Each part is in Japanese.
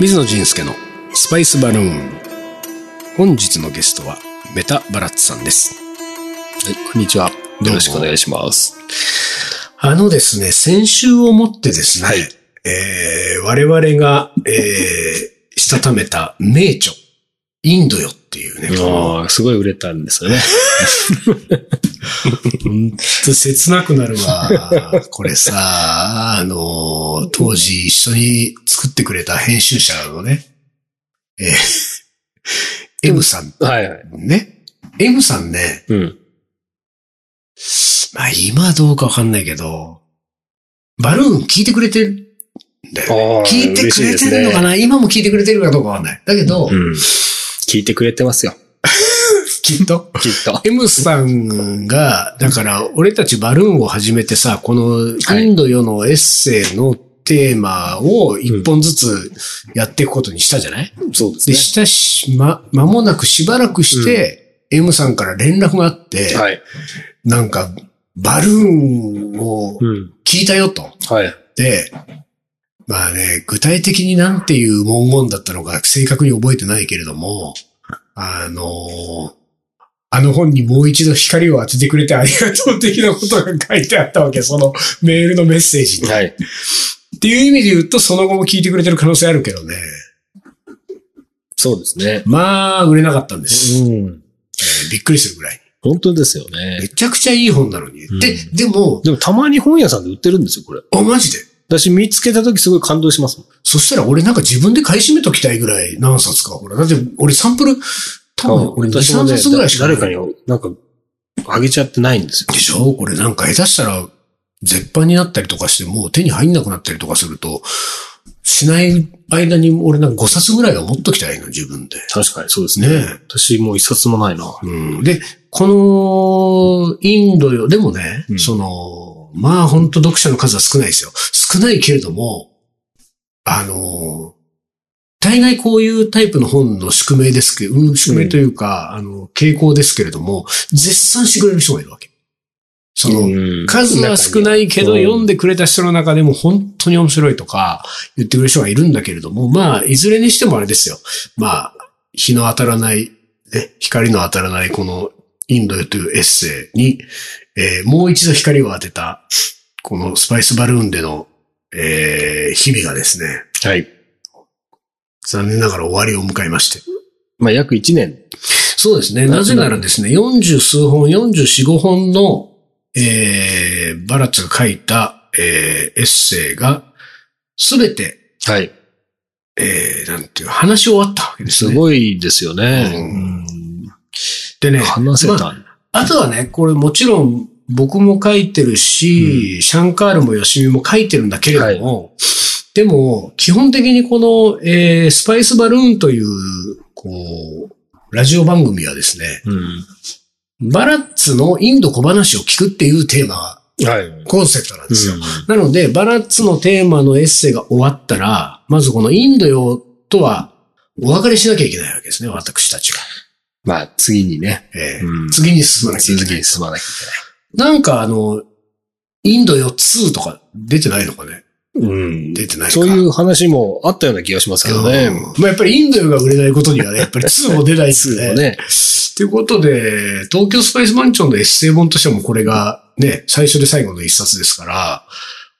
水野仁介のスパイスバルーン。本日のゲストはメタバラッツさんです。はい、こんにちは。どうもよろしくお願いします。あのですね、先週をもってですね、はいえー我々が、えーしたためた名著、インドよっていうね、このああ、すごい売れたん ですよね。ちょっと切なくなるわ。これさ、あの、当時一緒に作ってくれた編集者のね、えー、M さんはいはい。ね。M さんね、うん。まあ今どうかわかんないけど、バルーン聞いてくれてるんだよね。ああ聞いてくれてるのかなな、今も聞いてくれてるかどうかわかんない。だけど、うん。聞いてくれてますよ。きっと。きっと。 M さんが、だから、俺たちバルーンを始めてさ、このはいインド世のエッセイのテーマを一本ずつやっていくことにしたじゃない、 そうですで、したし、ま、間もなくしばらくして、M さんから連絡があって、はい。なんか、バルーンをうん。聞いたよと。はい。で、まあね、具体的になんていう文言だったのか正確に覚えてないけれども、あのーあの本にもう一度光を当ててくれてありがとう的なことが書いてあったわけ、そのメールのメッセージに。はい。っていう意味で言うと、その後も聞いてくれてる可能性あるけどね。そうですね。まあ、売れなかったんです。うん。えーびっくりするぐらい。本当ですよめね。ちゃくちゃいい本なのに。うんで、でも、でもたまに本屋さんで売ってるんですよ、これ。あ、マジで。私見つけた時すごい感動しますもん。そしたら俺なんか自分で買い占めときたいぐらい何冊か、ほら。だって俺サンプル、多分俺2、私も3ね冊ぐらいしか誰かに、なんか、あげちゃってないんですよ。でしょこれなんか下手したら絶版になったりとかしてもう手に入んなくなったりとかすると、しない間に俺なんか5冊ぐらいは持っときたいの、自分で。確かに、そうですねね。え。私もう一冊もないな。うん、で、この、インドよ、でもね、うんその、まあ本当読者の数は少ないですよ。少ないけれども、あの、大概こういうタイプの本の宿命ですけど、うん宿命というか、あの、傾向ですけれども、絶賛してくれる人がいるわけ。その、うん数は少ないけど、うん読んでくれた人の中でも本当に面白いとか言ってくれる人がいるんだけれども、まあ、いずれにしてもあれですよ。まあ、日の当たらない、ね、光の当たらないこのインドよというエッセイに、えーもう一度光を当てた、このスパイスバルーンでの、えー日々がですね、はい。残念ながら終わりを迎えまして。まあ、約1年。そうですね。なぜならですね、40数本、44、5本の、えー、バラッツが書いた、えー、エッセイが、すべて、はい。えー、なんていう、話し終わったわけですすね。ごいですよね。うんでね、話せた。まああとはね、これもちろん僕も書いてるし、シャンカールもヨシミも書いてるんだけれども、でも、基本的にこの、えー、スパイスバルーンという、こう、ラジオ番組はですね、うん。バラッツのインド小話を聞くっていうテーマがはい。コンセプトなんですよ。なので、バラッツのテーマのエッセイが終わったら、まずこのインドよとはお別れしなきゃいけないわけですね、私たちは。まあ、次にね。ええうん次に進まなきゃいけ次ないに。進まなきゃいなんかあの、インドよ2とか出てないのかねけない。うん出てないかそういう話もあったような気がしますけどね。うんまあやっぱりインドよが売れないことにはね、やっぱり2も出ないですそうね。ね。ということで、東京スパイスマンチョンのエッセイ本としてもこれがね、最初で最後の一冊ですから、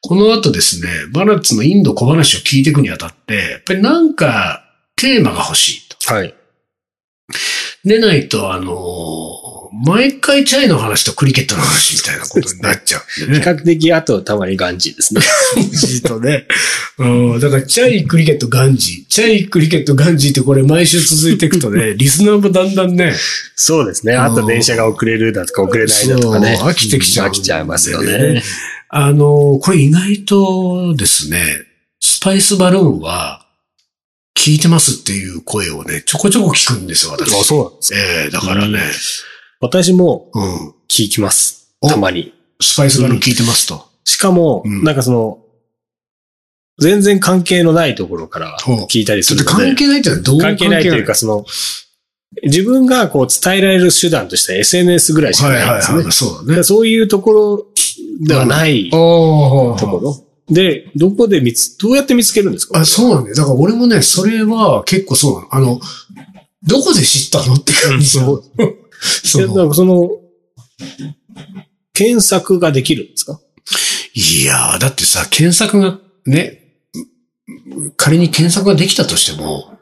この後ですね、バラッツのインド小話を聞いていくにあたって、やっぱりなんかテーマが欲しいと。はい。でないと、あの、毎回チャイの話とクリケットの話みたいなことになっちゃうん比でね。較的、あと、たまにガンジーですね。 じーとね。 うん、だから、チャイ、クリケット、ガンジー。チャイ、クリケット、ガンジーってこれ毎週続いていくとね、リスナーもだんだんね、 そうですね。うんあと、電車が遅れるだとか、遅れないだとかね。そう飽きてきちゃうん飽きちゃいますよだよねね。あの、これ意外とですね、スパイスバルーンは、聞いてますっていう声をね、ちょこちょこ聞くんですよ、私。あそうなんですええだからね、私もうん、聞きます。おたまに。スパイスバルーン聞いてますと。しかも、うんなんかその、全然関係のないところからほう聞いたりすそるれので。関係ないってのはどう関係ないというか、その、自分がこう伝えられる手段としては SNS ぐらいしかはいないんですね。はいはい、そうだだかねら。そういうところではないおところで、どこで見つ、どうやって見つけるんですかあ、そうなんだよ。だから俺もね、それは結構そうなの。あの、どこで知ったのって感じの。 そいやだのからその、検索ができるんですかいやー、だってさ、検索が、ね、仮に検索ができたとしても、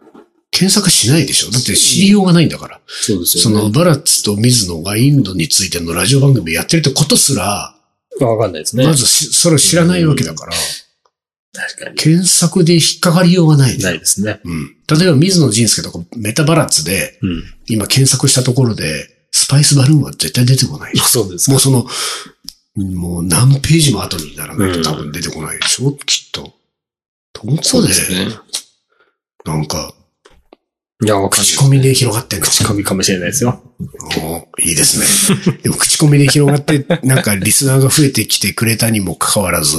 検索しないでしょ。だって知りようがないんだから。そうでその、バラッツと水野がインドについてのラジオ番組やってるってことすら、の、わかんないですね。まずしそれを知らないわけだから、確かに。検索で引っかかりようがない。ないですね。うん。例えば水野仁介とかメタバラッツで、うん。今検索したところで、スパイスバルーンは絶対出てこない。そうですもうその、もう何ページも後にならないと多う分出てこないでしょ、きっと。どこで、ね。なんか、いや、わかん口ない。コミで広がってんの口コミかもしれないですよ。おーいいですね。 でも口コミで広がって、なんかリスナーが増えてきてくれたにもかかわらず、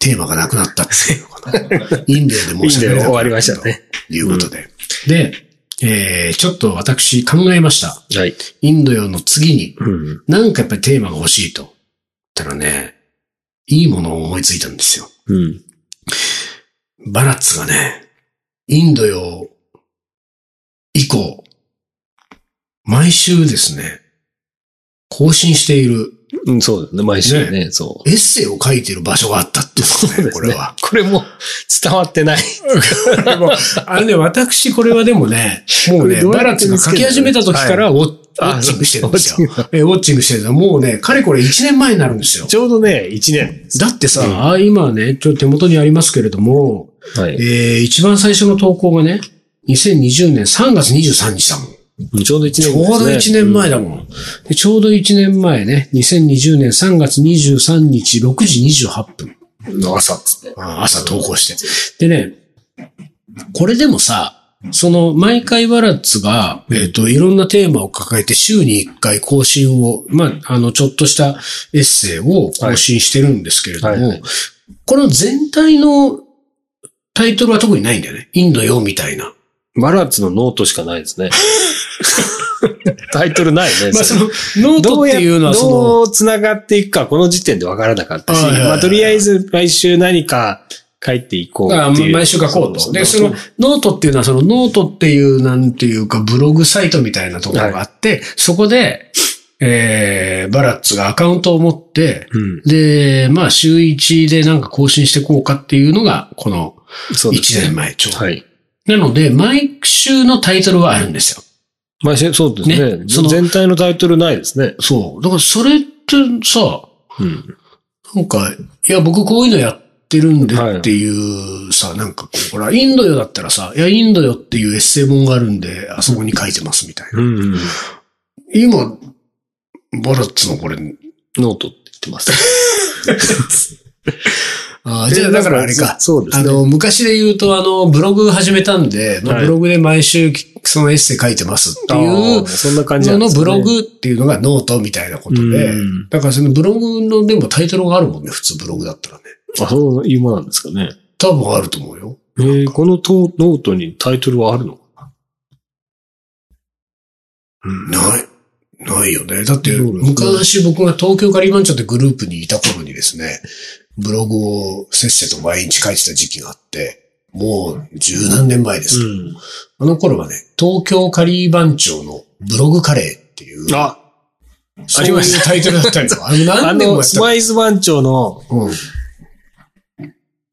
テーマがなくなったっていうのか な。インドで申し訳ない。インドで終わりましたね。ということで。で、えー、ちょっと私考えました。はい。インド洋の次に、うん。なんかやっぱりテーマが欲しいと。たらね、いいものを思いついたんですよ。うん。バラッツがね、インド洋以降、毎週ですね、更新しているうん、そうですね。毎週ね、そエッセイを書いてる場所があったっていうう。ね、これは。。これも伝わってない。あのね、私これはでもね、 もうね、これどうバやラっッてツ見がつ書けきるの始めた時からウォッウォッチングしてるんですよ。よ。えウォッチングしてるもうね、かれこれ1年前になるんですよ。ちょうどね、1年。だってさ、うんあ今ね、ちょっと手元にありますけれども、はえ。ー、一番最初の投稿がね、2020年3月23日だもん。ちょうど1年ちょうど1年前だもん。でちょうど1年前ね、2020年3月23日6時28分。の朝ですね。あ朝投稿して。でね、これでもさ、その、毎回ワラッツが、えっ、と、いろんなテーマを抱えて週に1回更新を、まあ、あの、ちょっとしたエッセイを更新してるんですけれども、はいはいはいこの全体のタイトルは特にないんだよね。インドよみたいな。バラッツのノートしかないですね。 タイトルないね。まあ、そそれの、ノートっていうのはその、どう繋がっていくか、この時点で分からなかったし、はいはいはいまあ、とりあえず毎週何か書いていこうあっていう。毎週書こうと。で、その、ノートっていうのは、そのノートっていう、なんていうか、ブログサイトみたいなところがあって、そこで、えー、バラッツがアカウントを持って、うん。で、まあ、週1でなんか更新していこうかっていうのが、このそ1うです年ね。前ちょうど。はい。なので、毎週のタイトルはあるんですよ。毎週、そうですね。ねその全体のタイトルないですね。そう。だから、それってさ、うん。なんか、いや、僕こういうのやってるんではいっていうさ、なんかこう、ほら、インドよだったらさ、いや、インドよっていうエッセイ本があるんで、あそこに書いてますみたいな。うん、うん。今、バラッツのこれ、ノートって言ってます。あ ーじゃあだからあれか。そうですあね。の、昔で言うと、あの、ブログ始めたんで、まあはいブログで毎週そのエッセイ書いてますっていあーう、そんな感じなそんでのすねブログっていうのがノートみたいなことでうん、だからそのブログのでもタイトルがあるもんね、普通ブログだったらね。あ、そういうものなんですかね。多分あると思うよ。えー、このとノートにタイトルはあるのかなない。ないよね。だって、そうですね昔僕が東京カリバンチョってグループにいた頃にですね、ブログをせっせと毎日書いてた時期があって、もう十何年前です。うん。あの頃はね、東京カリバンチョのブログカレーっていう、あ、そうありいましうタイトルだったりとか、あのあ何年もやの、っスた。パイス番長の、うん、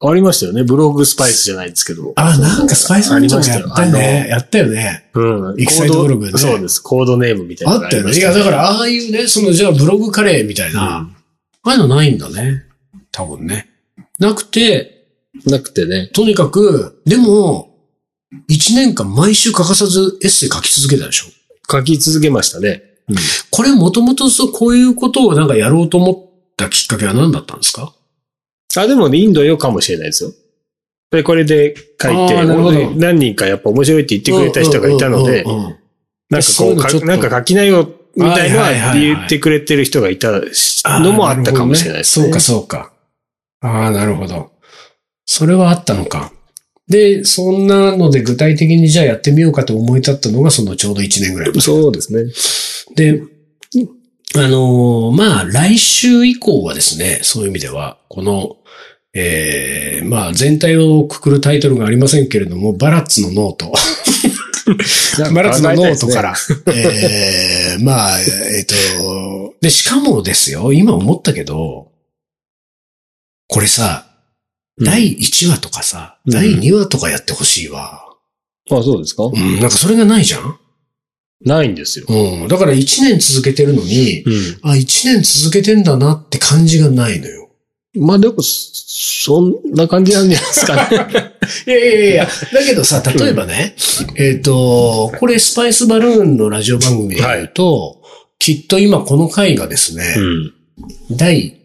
ありましたよね。ブログスパイスじゃないですけど。あ、なんかスパイスあマンりチまョもしたやよったよね。やったよね。あのうん。エキサイトブログねコードそうです。コードネームみたいなあのがったよりまね。いしや、だから、ああいうね、その、じゃあ、ブログカレーみたいな、うんああいうのないんだね。多分ね。なくて、なくてね。とにかく、でも、一年間毎週欠かさずエッセイ書き続けたでしょ書き続けましたね。これもともとそう、こういうことをなんかやろうと思ったきっかけは何だったんですかあ、でもね、インドよかもしれないですよ。で、これで書いあて、ーなるほど俺何人かやっぱ面白いって言ってくれた人がいたのでうん、うんうんうんなんかそうこいううのちょっか、となんか書きなよ、みたいなのはいはいはいははい言ってくれてる人がいたのもあったかもしれないですね。そうか、そうか。ああ、なるほど。それはあったのか。で、そんなので具体的にじゃあやってみようかと思い立ったのがそのちょうど一年ぐらい。そうですね。で、あのーまあ、来週以降はですね、そういう意味では、この、えー、まあ全体をくくるタイトルがありませんけれども、バラッツのノート。バラッツのノートから。、 えー、まあ、えっ、と、で、しかもですよ、今思ったけど、これさ、うん第1話とかさ、うん第2話とかやってほしいわ。あ、そうですかうん、なんかそれがないじゃんないんですよ。うん、だから1年続けてるのに、うん。あ、1年続けてんだなって感じがないのよ。まあでも、そんな感じなんじゃないですかね。いやいやいや、だけどさ、例えばね、えっ、と、これスパイスバルーンのラジオ番組で言うと、きっと今この回がですね、 うん。第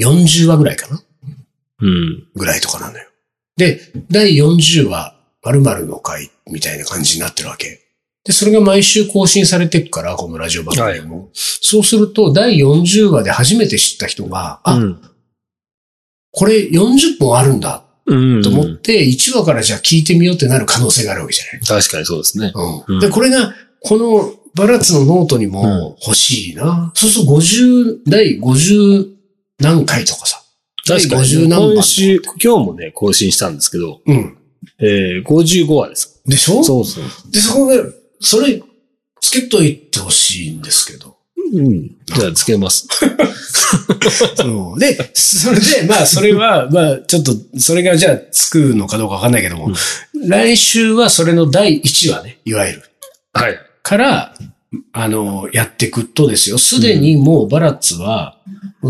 40話ぐらいかなうん。ぐらいとかなのよ。で、第40話、〇〇の回みたいな感じになってるわけ。で、それが毎週更新されていくから、このラジオ番組も。そうすると、第40話で初めて知った人が、あ、これ40本あるんだうん。と思って、1話からじゃあ聞いてみようってなる可能性があるわけじゃない。確かにそうですね。う、うんんで、これが、このバラッツのノートにも欲しいな。そうすると50、第50何回とかさ。確か50に。何番今週、今日もね、更新したんですけど、うん。えー、55話です。でしょそうそう。で、そこが、それ、つけといてほしいんですけど。うん。じゃあ、つけます。そうで、それで、まあ、それは、まあ、ちょっと、それがじゃあ、つくのかどうかわかんないけども、来週はそれの第1話ね、いわゆる。はい。から、あの、やっていくとですよ。すでにもうバラッツは、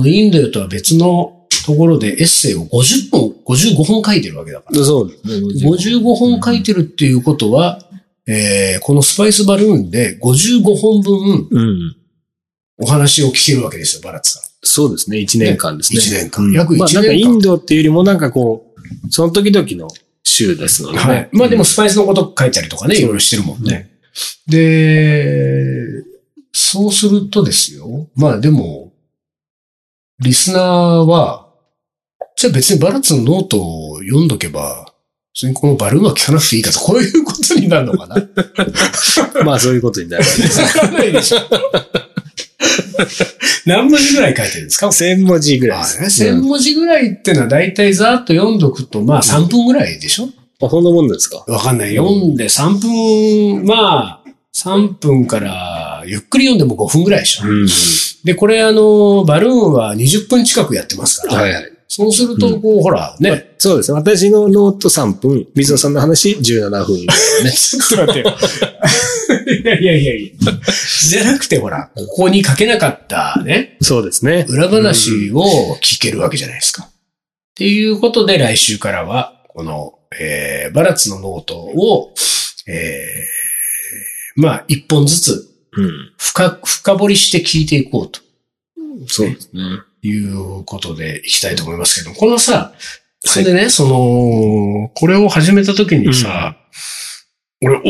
インドよとは別のところでエッセイを50本、55本書いてるわけだから。そうですね。 55本書いてるっていうことは、えーこのスパイスバルーンで55本分うん。お話を聞けるわけですよ、バラッツが。そうですね。1年間ですね。 1年間。うん約1まあ、なんか年イ間。ンドっていうよりもなんかこう、その時々の州ですので、ね。はい。まあでもスパイスのこと書いたりとかね、いろいろしてるもんね。で、そうするとですよ。まあでも、リスナーは、じゃあ別にバラッツのノートを読んどけば、別にこのバルーンは聞かなくていいかと、こういうことになる のかなわうん、まあそういうことになるわけです。かんない でしょ。何文字ぐらい書いてるんですか1000文字ぐらいあです。ね1000文字ぐらいってのは大体ざーっと読んどくと、まあ3分ぐらいでしょあ、そんなもんですかわかんない。読んで3分、まあ、3分から、ゆっくり読んでも5分ぐらいでしょ。ん。で、これあの、バルーンは20分近くやってますから。はいはい。そうすると、こう、ほら、ね。そうですね。私のノート3分、水野さんの話17分。 ちょっと待ってよ。 いやいやいやいや。じゃなくて、ほら、ここに書けなかったね、そうですね。裏話を聞けるわけじゃないですか。っていうことで、来週からは、この、えー、バラッツのノートを、えー、まあ、一本ずつうん。深く、深掘りして聞いていこうとそうですね。いうことでいきたいと思いますけど、このさ、それでね、その、これを始めた時にさ、俺、お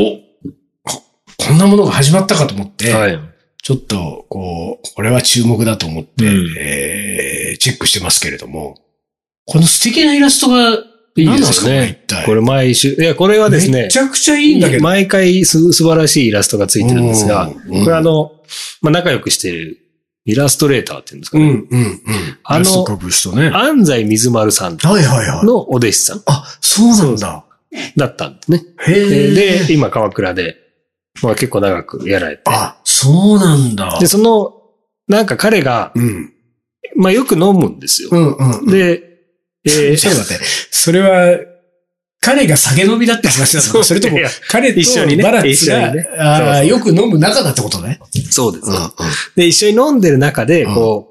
ここんなものが始まったかと思って、はい。ちょっと、こう、これは注目だと思って、うんえーチェックしてますけれども、この素敵なイラストが、いいです何なんねす。かここれれ毎週、いや、これは一体ですねめち、ゃくちゃいいんだけど。毎回す素晴らしいイラストがついてるんですが、うん、ここれあ、の、まあ、仲良くしてるイラストレーターっていうんですかうん、うね。ん、うん。あのイラスト株人ね。は安西水丸さんいはいはい。のお弟子さんあ、そうなんだ。だったんですね。へええ。ーで、今鎌倉で、まあ、結構長くやられて。あ、そうなんだ。で、その、なんか彼が、うん。まあ、よく飲むんですよう。んうん。で、で、ええーちょっと待って。 それは、彼が酒飲みだって話なのそかうそれともいや、彼と一緒にねバラッツ一が、緒にねあそうそーうよく飲む仲だってことね。 そうです、ん。で、一緒に飲んでる中で、うんこ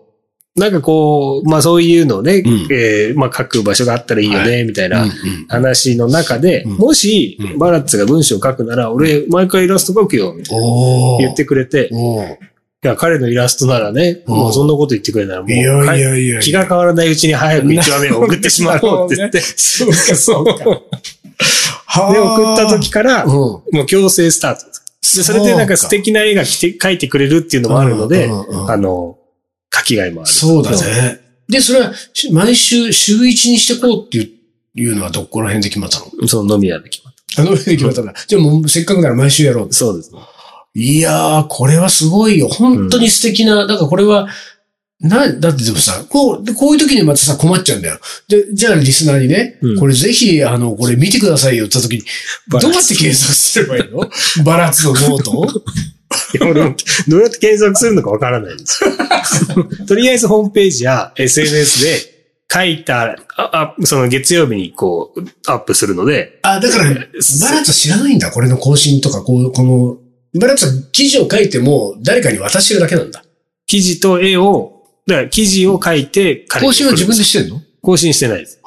う、なんかこう、まあそういうのをね、うんえーまあ書く場所があったらいいよね、はみたいうんな話の中で、うんもしう、んバラッツが文章を書くなら、俺、毎回イラスト書くよ、みたいなおー。言ってくれて、いおーや、彼のイラストならね、うんもうそんなこと言ってくれなら、もう、いやいやいや。気が変わらないうちに早く一話目を送ってしまおうって言って、 そうか、そうか。で、は送った時から、もうん。う強制スタートです。で、それでなんか素敵な絵が来て、描いてくれるっていうのもあるので、うんうんうんあの、書きがいもある。そうだね。で、それは、し毎週、週一にしてこうっていういうのはどこら辺で決まったのうん。その飲み屋で決まっあの上で決まったんだ。じゃあもうせっかくなら毎週やろうた。。そうですね。いやー、これはすごいよ。本当に素敵な、だからこれは、な、だってでもさ、こう、でこういう時にまたさ、困っちゃうんだよ。で、じゃあリスナーにね、うんこれぜひ、あの、これ見てくださいよって言った時に、どバうラやって検索すればいいのバラッツのノートいや俺もどうやって検索するのかわからないんですよ。 とりあえずホームページや SNS で書いた、ああその月曜日にこう、アップするので、あ、だから、バラッツは知らないんだ。これの更新とか、こう、この、バラッツは記事を書いても、誰かに渡してるだけなんだ。記事と絵を、だから記事を書いて、彼に更新は自分でしてんの更新してないです。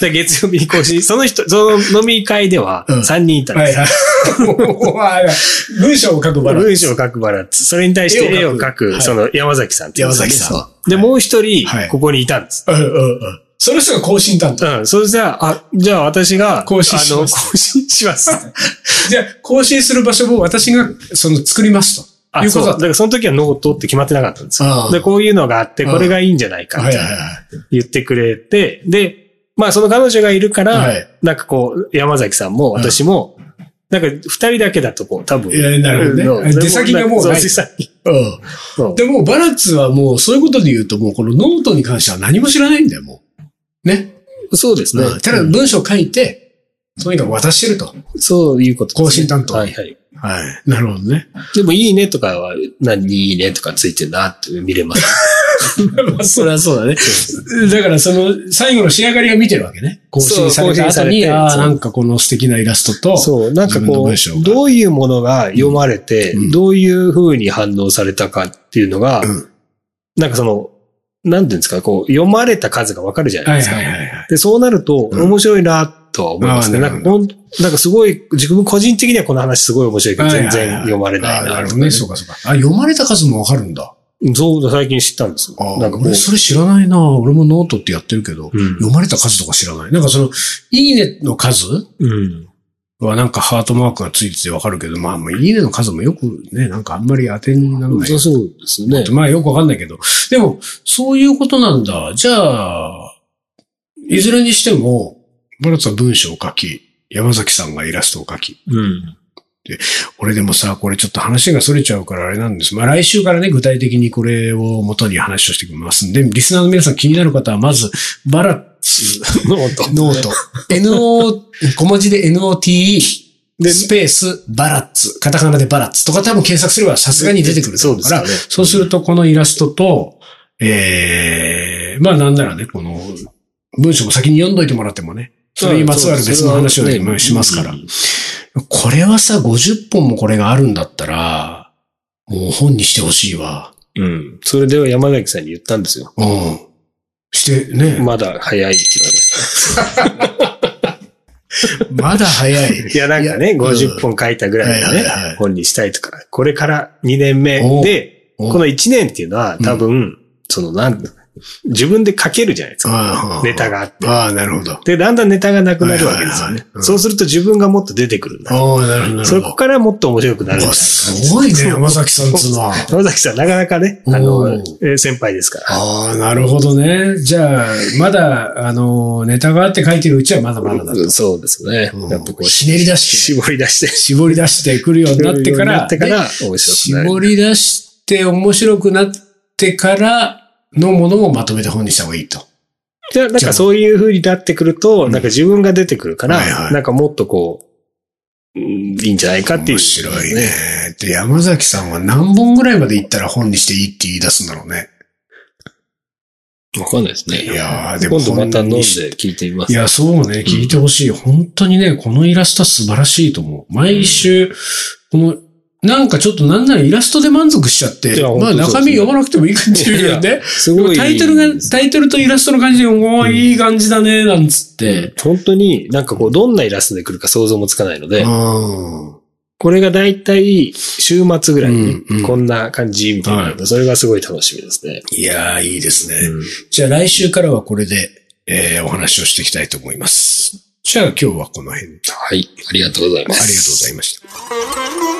だから月曜日に更新、その人、その飲み会ではうん3人いたんはでいす。はい。文章を書くバラッツ。文章を書くバラッツ。それに対して絵絵をを描く描く、はいその山崎さんっていう人山崎さんそうで、もう一人はい、ここにいたんです。うんうんうん。その人が更新担 当。うん。それじゃあ、あ、じゃあ私が、更新しますあの、更新します。 じゃあ、更新する場所も私が、その、作りますと。いあ、うこそとう。だだからその時はノートって決まってなかったんですああよ。で、こういうのがあって、ああこれがいいんじゃないかっはいてはいはい。言ってくれて、で、まあその彼女がいるかはいら、なんかこう、山崎さんも私も、なんか二人だけだとこう、多分。いやなるほどねうん出先がもうそない出先うん。そうでも、バラッツはもう、そういうことで言うと、もう、このノートに関しては何も知らないんだよ、もう。ね。そうですねうん。ただ、うん文章を書いて、とにかく渡してると。そういうことですね。更新担当はいはい。はい。なるほどね。でも、いいねとかは、何にいいねとかついてるなって見れます。まあ、 そりゃそうだね。 だから、その、最後の仕上がりが見てるわけね。更新された後そう更に、新されてああ、そうなんかこの素敵なイラストと、 そう、なんか自分のこ文章がう、どういうものが読まれて、うんどういう風に反応されたかっていうのが、うんなんかその、なんていうんですか、こう、読まれた数がわかるじゃないはいですか。はいはいはい。で、そうなると、うん面白いなとは思いますね。あなあんかこん、なんかすごい、自分個人的にはこの話すごい面白いけど、はいはい全はい然読まれないああななるとほかどね。そうかそうか。あ、読まれた数もわかるんだ。そう、最近知ったんですあよ。あなんかこう俺、それ知らないな。俺もノートってやってるけど、うん読まれた数とか知らない。なんかその、いいねの数うん。はなんかハートマークがついててわかるけど、まあ、もういいねの数もよくね、なんかあんまり当てにならないそう。そうですね。まあよくわかんないけど。でも、そういうことなんだ。じゃあ、いずれにしても、バラツは文章を書き、山崎さんがイラストを書き。うん。俺でもさ、これちょっと話が逸れちゃうからあれなんです。まあ来週からね、具体的にこれを元に話をしていきますんで、リスナーの皆さん気になる方は、まず、バラツ ノート。ノート。NO、小文字で NOTE。で、スペース、バラッツ。カタカナでバラッツとか多分検索すればさすがに出てくるとそう思でかすよら、ね。そうすると、このイラストと、ええまあなんならね、この、文章も先に読んどいてもらってもね、それにまつわる別の話をね今しますからうん。これはさ、50本もこれがあるんだったら、もう本にしてほしいわ。うん。それでは山崎さんに言ったんですよ。うん。して、ね。ままだ早いって言われましだ早い。た。いや、なんか ね、うん50本書いたぐらいのはいはいはいね、本にしたいとか、これから2年目おうで、おこの1年っていうのは多分、その、なん自分で書けるじゃないですか。ああネタがあって。ああ、なるほど。で、だんだんネタがなくなるわけですよはいはいねはい。うんそうすると自分がもっと出てくるんだ。ああ、なるほどなるほど。そこからもっと面白くなるんじゃなういかわなすごいね、山崎さんっつうのは。山崎さん、なかなかね、あおの、ーえー先輩ですから。ああ、なるほどね。じゃあ、まだ、あの、ネタがあって書いてるうちはまだまだだと。うんそうですね。やっぱこう、ひねり出して、絞り出して、絞り出してくるようになってから、なってからで面白くなる。絞り出して面白くなってからのものをまとめて本にした方がいいと。じゃあなんかそういう風になってくると、うんなんか自分が出てくるから、はいはいなんかもっとこう、うんいいんじゃないかっていう、面白いね。。で、山崎さんは何本ぐらいまでいったら本にしていいって言い出すんだろうね。わかんないですね。いやーでも今度また飲んで本にし聞いてみまいす。や、そうね、聞いてほしい。本当にね、このイラストは素晴らしいと思う。毎週、この、なんかちょっとなんならイラストで満足しちゃって、いやまあ本当そ中うです身ね読まなくてもいい感じだよいね。すでもごい。タイトルが、タイトルとイラストの感じで、おー、うんいい感じだね、なんつって。本当になんかこう、どんなイラストで来るか想像もつかないのうで、ん。これがだいたい週末ぐらいにうんうんこんな感じみたいなので、それがすごい楽しみですね。いやー、いいですね。うんじゃあ来週からはこれで、えー、お話をしていきたいと思います。じゃあ今日はこの辺で。はい。ありがとうございます。ありがとうございました。 Thank you.